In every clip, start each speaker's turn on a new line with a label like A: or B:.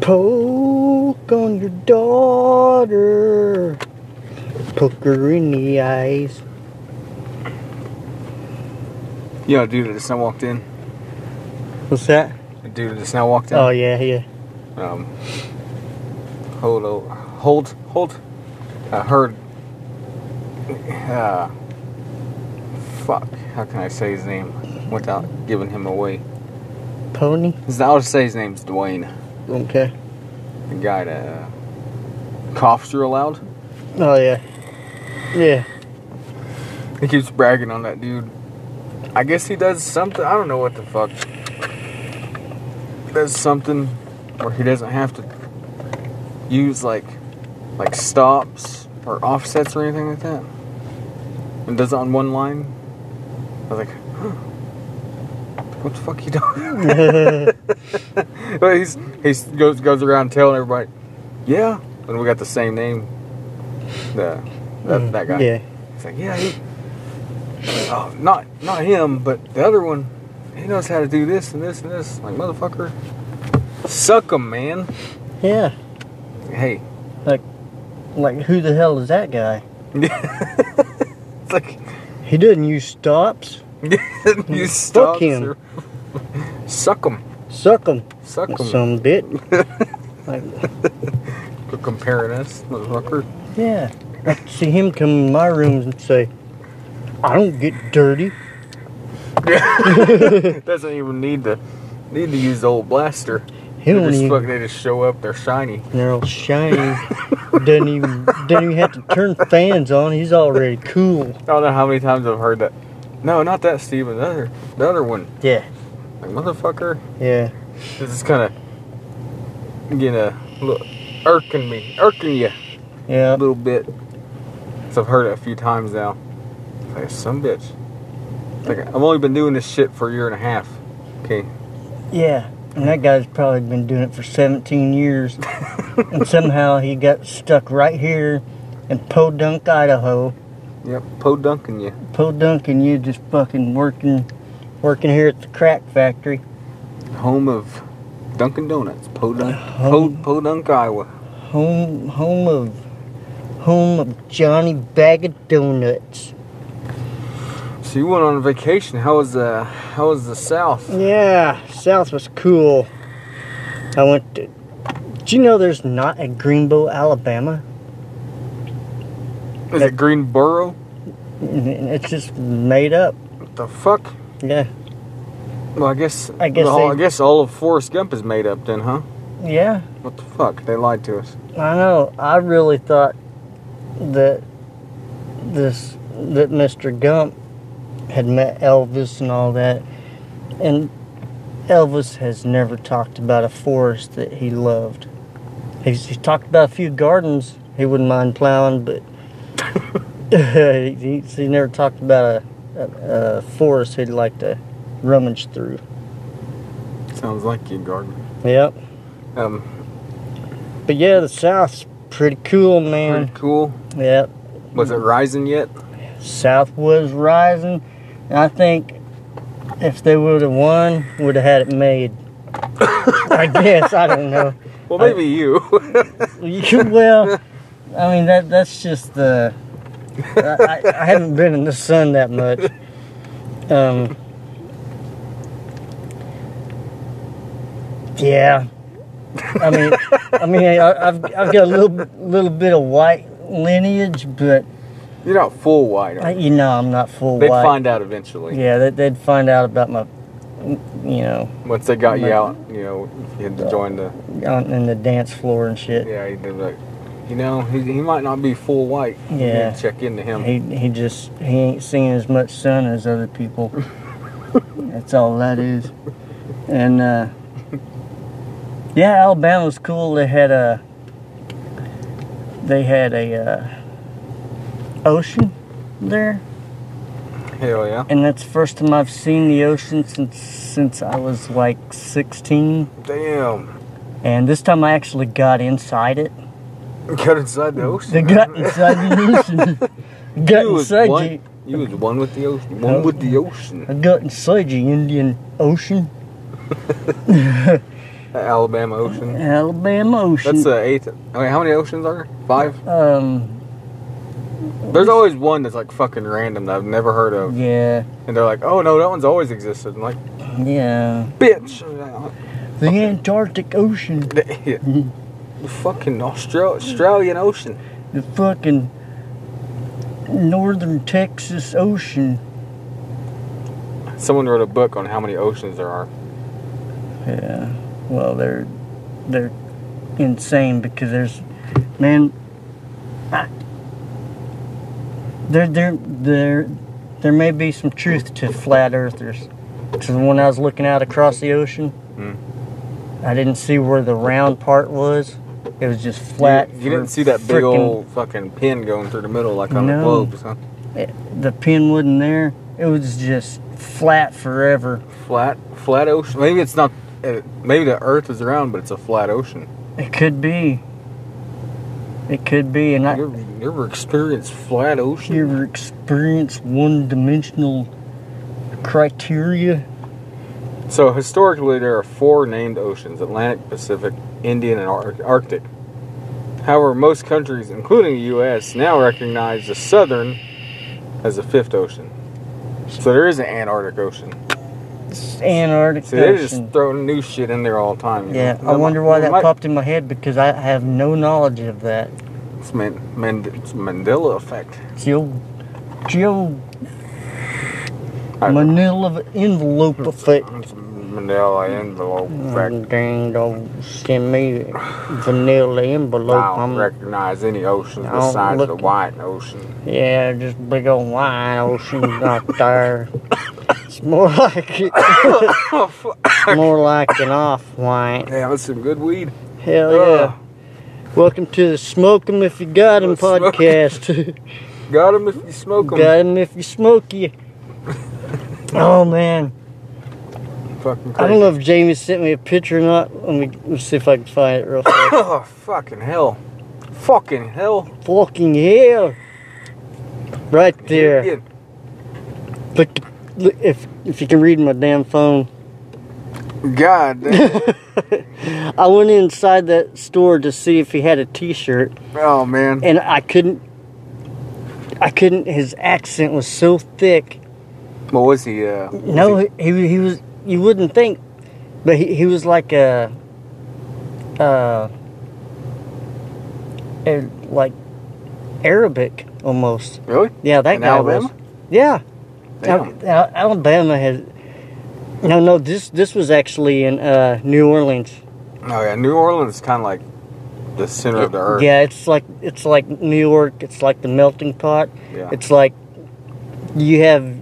A: Poke on your daughter. Poke her in the eyes.
B: You know, a dude that just now walked in.
A: What's that?
B: A dude that just now walked in.
A: Oh, yeah, yeah.
B: Um, hold, o- hold, hold. I heard. Uh, fuck. How can I say his name without giving him away?
A: Pony?
B: His- I'll just say his name's Dwayne,
A: Okay.
B: the guy that uh, coughs real loud.
A: Oh, yeah. Yeah.
B: He keeps bragging on that dude. I guess he does something. I don't know what the fuck. He does something where he doesn't have to use like like stops or offsets or anything like that. And does it on one line. I was like, huh. what the fuck you doing? but he's he's goes goes around telling everybody, yeah. And we got the same name. The that,
A: Mm,
B: that guy.
A: Yeah.
B: It's like, yeah, he, oh, not not him, but the other one, he knows how to do this and this and this. Like motherfucker, suck him, man.
A: Yeah.
B: Hey,
A: Like, who the hell is that guy?
B: it's like
A: He doesn't use stops.
B: you
A: Fuck
B: stop,
A: him.
B: sir. Suck him,
A: Suck him,
B: suck him.
A: some bit. like,
B: For comparing us, motherfucker.
A: yeah. I could see him come in my room and say, I don't get dirty.
B: Doesn't even need to need to use the old blaster.
A: He
B: They
A: don't
B: just, fuck,
A: even,
B: they just show up. They're shiny.
A: they're all shiny. doesn't even, doesn't even have to turn fans on. He's already cool.
B: I don't know how many times I've heard that. No, not that Steven. The other, the other one.
A: Yeah.
B: Like motherfucker.
A: Yeah.
B: This is kind of getting a little irking me, irking you a
A: Yeah.
B: little bit. So I've heard it a few times now. It's Like some bitch. It's Like I've only been doing this shit for a year and a half. Okay.
A: Yeah. And that guy's probably been doing it for 17 years. and somehow he got stuck right here in Podunk, Idaho.
B: Yep. Poe dunking you.
A: Podunk and you just fucking working, working here at the crack factory.
B: Home of Dunkin' Donuts. Poe dunk. Poe
A: Uh, Home.
B: Poe dunk Iowa.
A: Home, home of, home of Johnny Bag of Donuts.
B: So you went on vacation. How was the How was the South?
A: Yeah, South was cool. I went to. Do you know there's not a Greenbow, Alabama?
B: Is it Greenboro?
A: N- n- It's just made up.
B: What the fuck?
A: Yeah,
B: Well, I guess
A: I guess
B: all,
A: they-
B: I guess all of Forrest Gump is made up then, huh?
A: yeah.
B: What the fuck? They lied to us.
A: I know. I really thought that this that Mr. Gump had met Elvis and all that, and Elvis has never talked about a forest that he loved. He's, he's talked about a few gardens he wouldn't mind plowing, but he, he never talked about a, a, a forest he'd like to rummage through.
B: Sounds like you, Gordon.
A: Yep.
B: Um,
A: But yeah, the South's pretty cool,
B: pretty
A: man.
B: cool.
A: Yep.
B: Was it rising yet?
A: South was rising, and I think if they would have won, would have had it made. I guess I don't know.
B: Well, maybe you.
A: You- Well, I mean that that's just the. I, I, I haven't been in the sun that much. Um. Yeah, I mean, I mean, I, I've I've got a little little bit of white lineage, but
B: You're not full white.
A: uh,
B: Are you?
A: you know I'm not full
B: They'd
A: white.
B: find out eventually
A: Yeah, they, they'd find out about my, you know,
B: once they got you
A: Maybe.
B: out. You know, you had to join the.
A: on in the dance floor and shit.
B: Yeah, you'd be like, you know, he, he might not be full white. You need to
A: Yeah.
B: check into him.
A: He he just he ain't seen as much sun as other people. That's all that is. And uh, yeah, Alabama's cool. They had a they had a uh, ocean there,
B: Hell yeah.
A: and that's the first time I've seen the ocean since since I was like 16.
B: Damn.
A: And this time I actually got inside it.
B: Got inside the ocean.
A: They got inside the ocean. got
B: You was
A: inside
B: what?
A: you. Oh.
B: You was one with the ocean. One with the ocean.
A: I got inside you, Indian Ocean,
B: Alabama Ocean.
A: Alabama Ocean.
B: That's the eighth. Okay, how many oceans are there? Five?
A: um,
B: There's always one that's like fucking random that I've never heard of.
A: yeah,
B: And they're like, oh no, that one's always existed. I'm like,
A: yeah.
B: bitch.
A: The Antarctic Ocean,
B: The fucking Austral- Australian Ocean.
A: the fucking Northern Texas Ocean.
B: Someone wrote a book on how many oceans there are.
A: Yeah. Well, they're they're insane because there's man. I, there there there there may be some truth to flat earthers. Because when I was looking out across the ocean,
B: Mm.
A: I didn't see where the round part was. It was just flat.
B: You,
A: for
B: you didn't see that big
A: frickin-
B: old fucking pin going through the middle like on the
A: No.
B: globes, huh?
A: it- the pin wasn't there. It was just flat forever.
B: Flat, flat ocean. Maybe it's not. uh, Maybe the Earth is around, but it's a flat ocean.
A: It could be. It could be, and I,
B: You ever, you ever experienced flat ocean?
A: You ever experience one dimensional criteria?
B: So historically, there are four named oceans: Atlantic, Pacific, Indian, and Ar- Arctic. However, most countries, including the U.S., now recognize the Southern as the fifth ocean. So there is an Antarctic Ocean.
A: It's Antarctic
B: See, they're just
A: Ocean.
B: throwing new shit in there all the time. you
A: Yeah,
B: know?
A: I wonder why that
B: Might-
A: popped in my head because I have no knowledge of that.
B: It's, Man- Mand- it's Mandela effect.
A: Geo, geo,
B: I-
A: Manila envelope effect. Oh,
B: It's Mandela envelope
A: Mm.
B: effect.
A: Dang, don't send me vanilla envelope.
B: I don't
A: I'm-
B: recognize any
A: um,
B: oceans
A: I don't
B: besides the
A: look-
B: White Ocean.
A: yeah, just big old wine ocean out there. It's more like it,
B: Oh, fuck.
A: more like an off white.
B: Yeah, that's some good weed.
A: Hell yeah. Welcome to the Smoke 'em If You Got 'em
B: Let's smoke
A: podcast.
B: Got 'em if you smoke 'em.
A: Got 'em if you smoke you. Oh man.
B: Fucking
A: I
B: crazy.
A: don't know if Jamie sent me a picture or not. Let me let's see if I can find it real fast.
B: Oh, fucking hell. Fucking hell.
A: Fucking hell. Right there.
B: Indian.
A: Look, look if if you can read my damn phone.
B: God damn.
A: I went inside that store to see if he had a t-shirt
B: oh, man.
A: and I couldn't I couldn't his accent was so thick
B: What was he? Uh, was
A: No,
B: he-
A: he, he was. You wouldn't think, but he, he was like a, uh, a- like Arabic almost.
B: Really?
A: Yeah, that
B: In
A: guy was.
B: Alabama?
A: Yeah,
B: Damn.
A: Al- Al- Alabama has. No, no. This this was actually in uh, New Orleans.
B: Oh, yeah. New Orleans is kind of like the center of the earth.
A: Yeah, it's like it's like New York. It's like the melting pot.
B: Yeah.
A: It's like you have.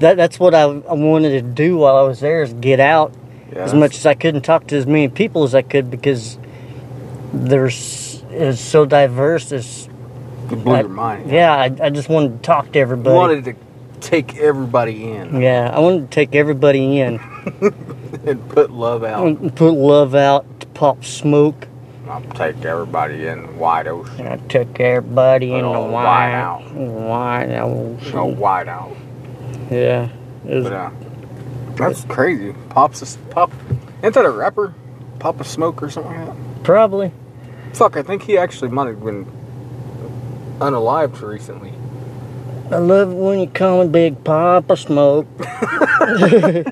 A: That, that's what I, I wanted to do while I was there is get out
B: Yeah,
A: as much as I could and talk to as many people as I could because there's it's so diverse. It's
B: You blew
A: I-
B: your mind.
A: yeah, I, I just wanted to talk to
B: You
A: everybody.
B: wanted to take everybody in
A: yeah, I wanted to take everybody in,
B: and put love
A: I
B: out.
A: wanted to put love out, to pop smoke,
B: I'll take everybody in wide ocean.
A: and I took everybody in the
B: Oh,
A: wine
B: wow.
A: Wine out.
B: No, wide out.
A: Yeah, it was-
B: But, uh, that's crazy. Pop's a, pop. Isn't that a rapper? Pop a smoke or something like that?
A: probably.
B: Fuck, I think he actually might have been unalived recently.
A: I love it when you call me Big Papa Smoke. I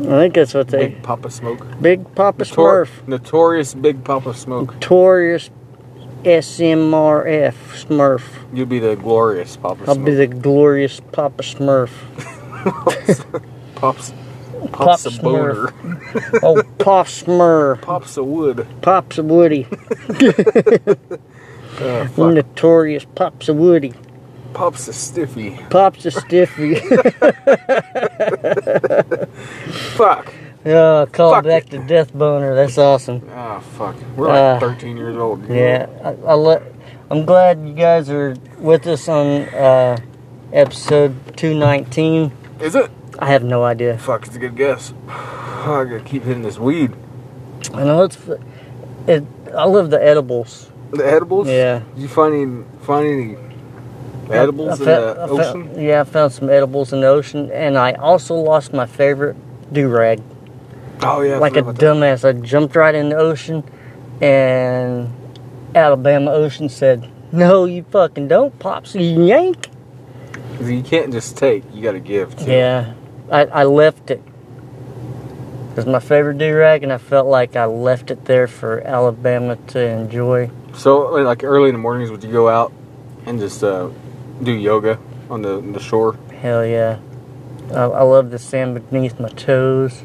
A: think that's what they.
B: Big Papa Smoke.
A: Big Papa
B: Notor-
A: Smurf.
B: notorious Big Papa Smoke.
A: Notorious SMRF Smurf.
B: You'll be the glorious Papa
A: I'll
B: Smoke.
A: be the glorious Papa Smurf.
B: Pops, pops
A: Pop
B: a
A: Smurf.
B: boner.
A: Oh, Pop Smurf.
B: Pops a wood.
A: Pops a Woody.
B: Uh, Oh, fuck.
A: Notorious Pops a Woody.
B: Pops a stiffy.
A: Pops a Stiffy.
B: Fuck.
A: oh, call
B: Fuck
A: back
B: it.
A: to Death Boner. That's awesome.
B: Ah, fuck. We're like
A: Uh,
B: 13 years old. dude.
A: Yeah, I, I le- I'm glad you guys are with us on uh, episode 219.
B: Is it?
A: I have no idea.
B: Fuck, it's a good guess. I gotta keep hitting this weed.
A: I know it's. It, I love the edibles.
B: The edibles?
A: Yeah.
B: Did you find any, find any Edibles in
A: I
B: the
A: fou- I fou-
B: ocean?
A: yeah, I found some edibles in the ocean, and I also lost my favorite do rag.
B: Oh yeah, I
A: like
B: forgot
A: a
B: about that.
A: dumbass, I jumped right in the ocean, and Alabama Ocean said, "No, you fucking don't, pops, you yank."
B: You can't just take; you got to give. Too.
A: Yeah, I, I left it. It was my favorite do rag, and I felt like I left it there for Alabama to enjoy.
B: So, like early in the mornings, would you go out and just uh, do yoga on the the shore?
A: Hell yeah. I, I love the sand beneath my toes.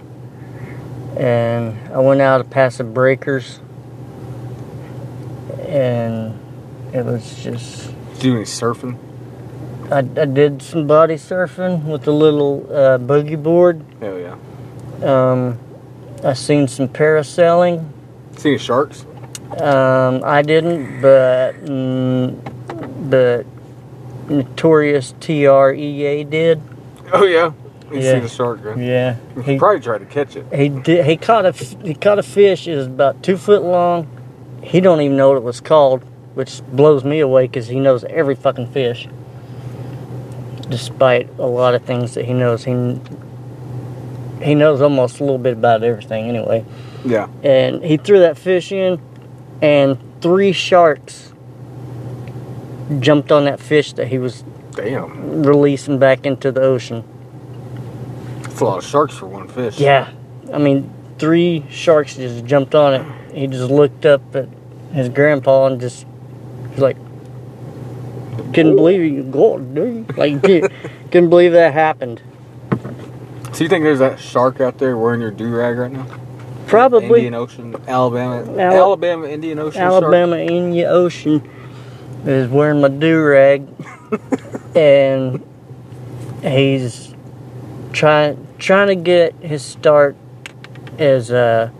A: And I went out of passive breakers. And it was just.
B: Did you do any surfing?
A: I, I did some body surfing with a little uh, boogie board.
B: Hell yeah.
A: Um, I seen some parasailing.
B: See any sharks?
A: Um, I didn't, but. Mm, but Notorious TREA did.
B: Oh yeah. You
A: Yeah.
B: seen a shark? Right?
A: Yeah.
B: You
A: He-
B: could probably try to catch it.
A: He did, he caught a f- he caught a fish. It was about two foot long. He don't even know what it was called, which blows me away because he knows every fucking fish. Despite a lot of things that he knows, he kn- he knows almost a little bit about everything anyway.
B: Yeah.
A: And he threw that fish in, and three sharks jumped on that fish that he was
B: Damn.
A: releasing back into the ocean.
B: That's a lot of sharks for one fish.
A: Yeah, I mean, three sharks just jumped on it. He just looked up at his grandpa and just was like, couldn't believe it. God, dude. Like, couldn't couldn't believe that happened.
B: So you think there's that shark out there wearing your do rag right now?
A: Probably
B: Indian Ocean, Alabama,
A: Ala-
B: Alabama, Indian Ocean. shark?
A: Alabama in the ocean is wearing my do rag, and he's trying trying to get his start as a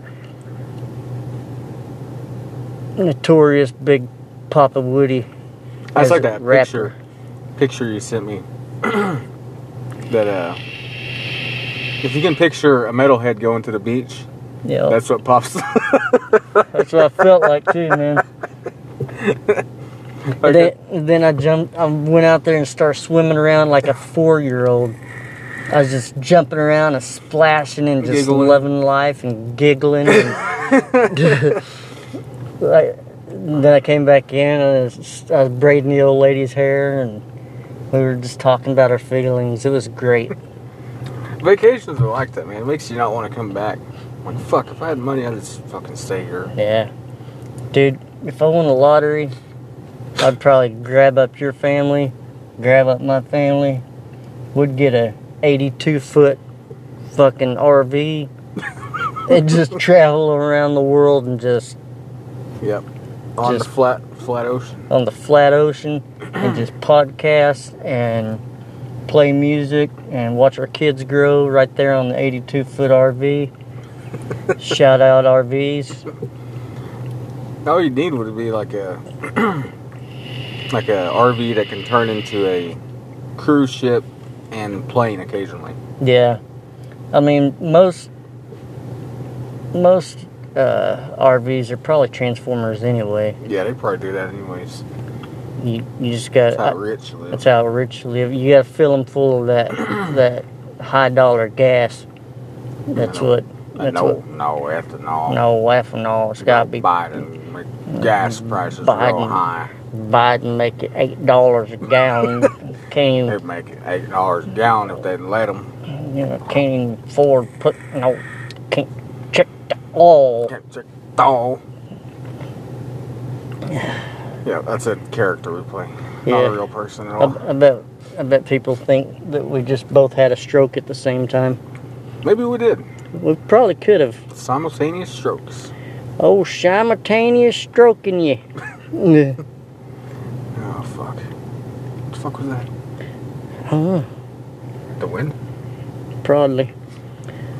A: notorious big Papa Woody.
B: That's
A: as
B: like
A: a
B: that
A: rapper.
B: picture. Picture you sent me. that uh, if you can picture a metalhead going to the beach,
A: Yeah, that's,
B: that's what pops.
A: what I felt like too, man.
B: Like
A: Then, then I jumped. I went out there and started swimming around like a four-year-old. I was just jumping around and splashing and just
B: Giggling.
A: loving life and giggling. And like, then I came back in and I was, I was braiding the old lady's hair and we were just talking about our feelings. It was great.
B: Vacations are like that, man. It makes you not want to come back. Like, fuck, if I had money, I'd just fucking stay here.
A: Yeah, dude. If I won the lottery, I'd probably grab up your family, grab up my family. We'd get a 82 foot fucking RV and just travel around the world and just
B: Yep. On
A: Just-
B: the flat, flat ocean.
A: on the flat ocean and just podcast and play music and watch our kids grow right there on the 82 foot RV. Shout out RVs.
B: All you need would be like a, like a RV that can turn into a cruise ship and plane occasionally.
A: Yeah, I mean most most uh, RVs are probably transformers anyway.
B: Yeah, they probably do that anyways.
A: You you just got
B: That's how rich lives.
A: Uh, that's how rich live. You got to fill them full of that that high dollar gas. That's
B: No,
A: what that's
B: no,
A: what.
B: no, after no.
A: No ethanol. It's got to be Mm,
B: Biden. like, Gas prices real
A: Biden.
B: high.
A: Biden make it eight dollars a gallon. can't
B: They
A: even,
B: make it eight dollars a gallon if they let them.
A: you know, can't even afford put no. Can't check the oil.
B: Can't check doll. Yeah, that's a character we play. Not
A: Yeah.
B: a real person at all.
A: I, I bet I bet people think that we just both had a stroke at the same time.
B: Maybe we did
A: We probably could have.
B: simultaneous strokes.
A: Oh, simultaneous stroking you. Yeah.
B: Oh fuck! What the fuck was that?
A: Huh,
B: The wind?
A: probably.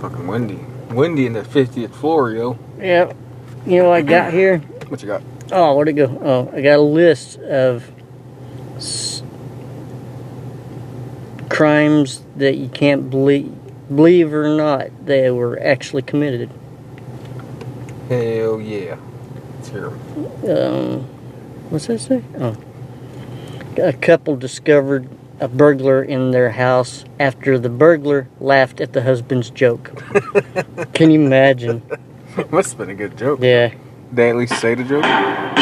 B: Fucking windy. Windy in the 50th floor, yo.
A: Yeah. You know what I got here?
B: What you got?
A: Oh, where'd it go? Oh, I got a list of s- crimes that you can't believe, believe or not, they were actually committed.
B: Hell yeah! It's here.
A: Um, what's that say? Oh. a couple discovered a burglar in their house after the burglar laughed at the husband's joke. Can you imagine?
B: Must have been a good joke.
A: Yeah.
B: They at least say the joke. Fuck.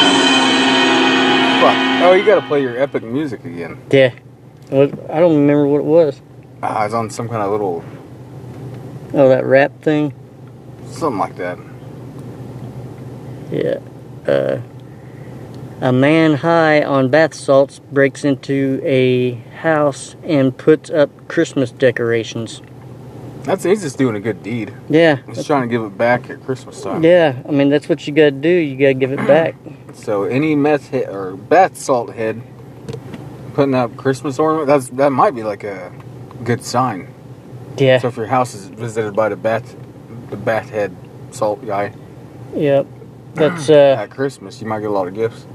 B: Oh, you gotta play your epic music again.
A: Yeah. What I don't remember what it was.
B: Ah, it's on some kind of little
A: Oh, that rap thing?
B: something like that.
A: Yeah. Uh, a man high on bath salts breaks into a house and puts up Christmas decorations.
B: That's he's just doing a good deed.
A: Yeah.
B: He's trying to give it back at Christmas time.
A: Yeah. I mean, that's what you gotta do. You gotta give it back.
B: So any meth head or bath salt head putting up Christmas ornament, that's that might be like a good sign.
A: Yeah.
B: So if your house is visited by the bat the bat head salt guy
A: Yep. That's uh.
B: at Christmas, you might get a lot of gifts.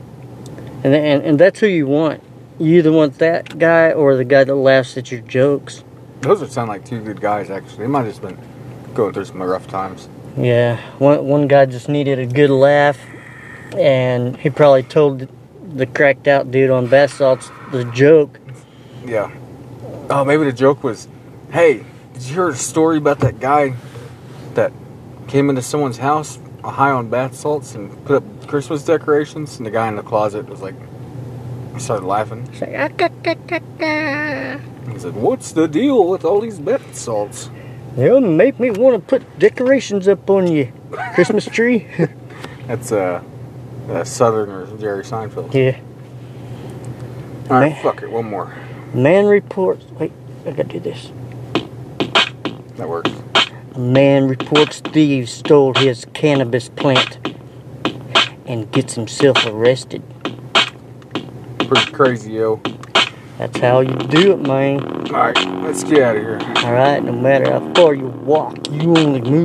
A: And, and and that's who you want. You either want that guy or the guy that laughs at your jokes.
B: Those would sound like two good guys actually. They might have just been going through some rough times.
A: Yeah, one one guy just needed a good laugh, and he probably told the cracked out dude on bath salts the joke.
B: Yeah. Oh, maybe the joke was, "Hey, did you hear a story about that guy that came into someone's house high on bath salts and put up Christmas decorations?" And the guy in the closet was like, started laughing.
A: It's like, "Ah, ka, ka, ka, ka."
B: He said, "What's the deal with all these bath salts?"
A: You'll make me want to put decorations up on you, Christmas tree.
B: That's uh, uh Southerner Jerry Seinfeld.
A: yeah.
B: All right,
A: Man.
B: fuck it, one more.
A: Man reports. Wait, I gotta do this.
B: That works.
A: Man reports thieves stole his cannabis plant and gets himself arrested.
B: Pretty crazy, yo.
A: That's how you do it, man.
B: All right, let's get out of here.
A: Alright, no matter how far you walk, you only move.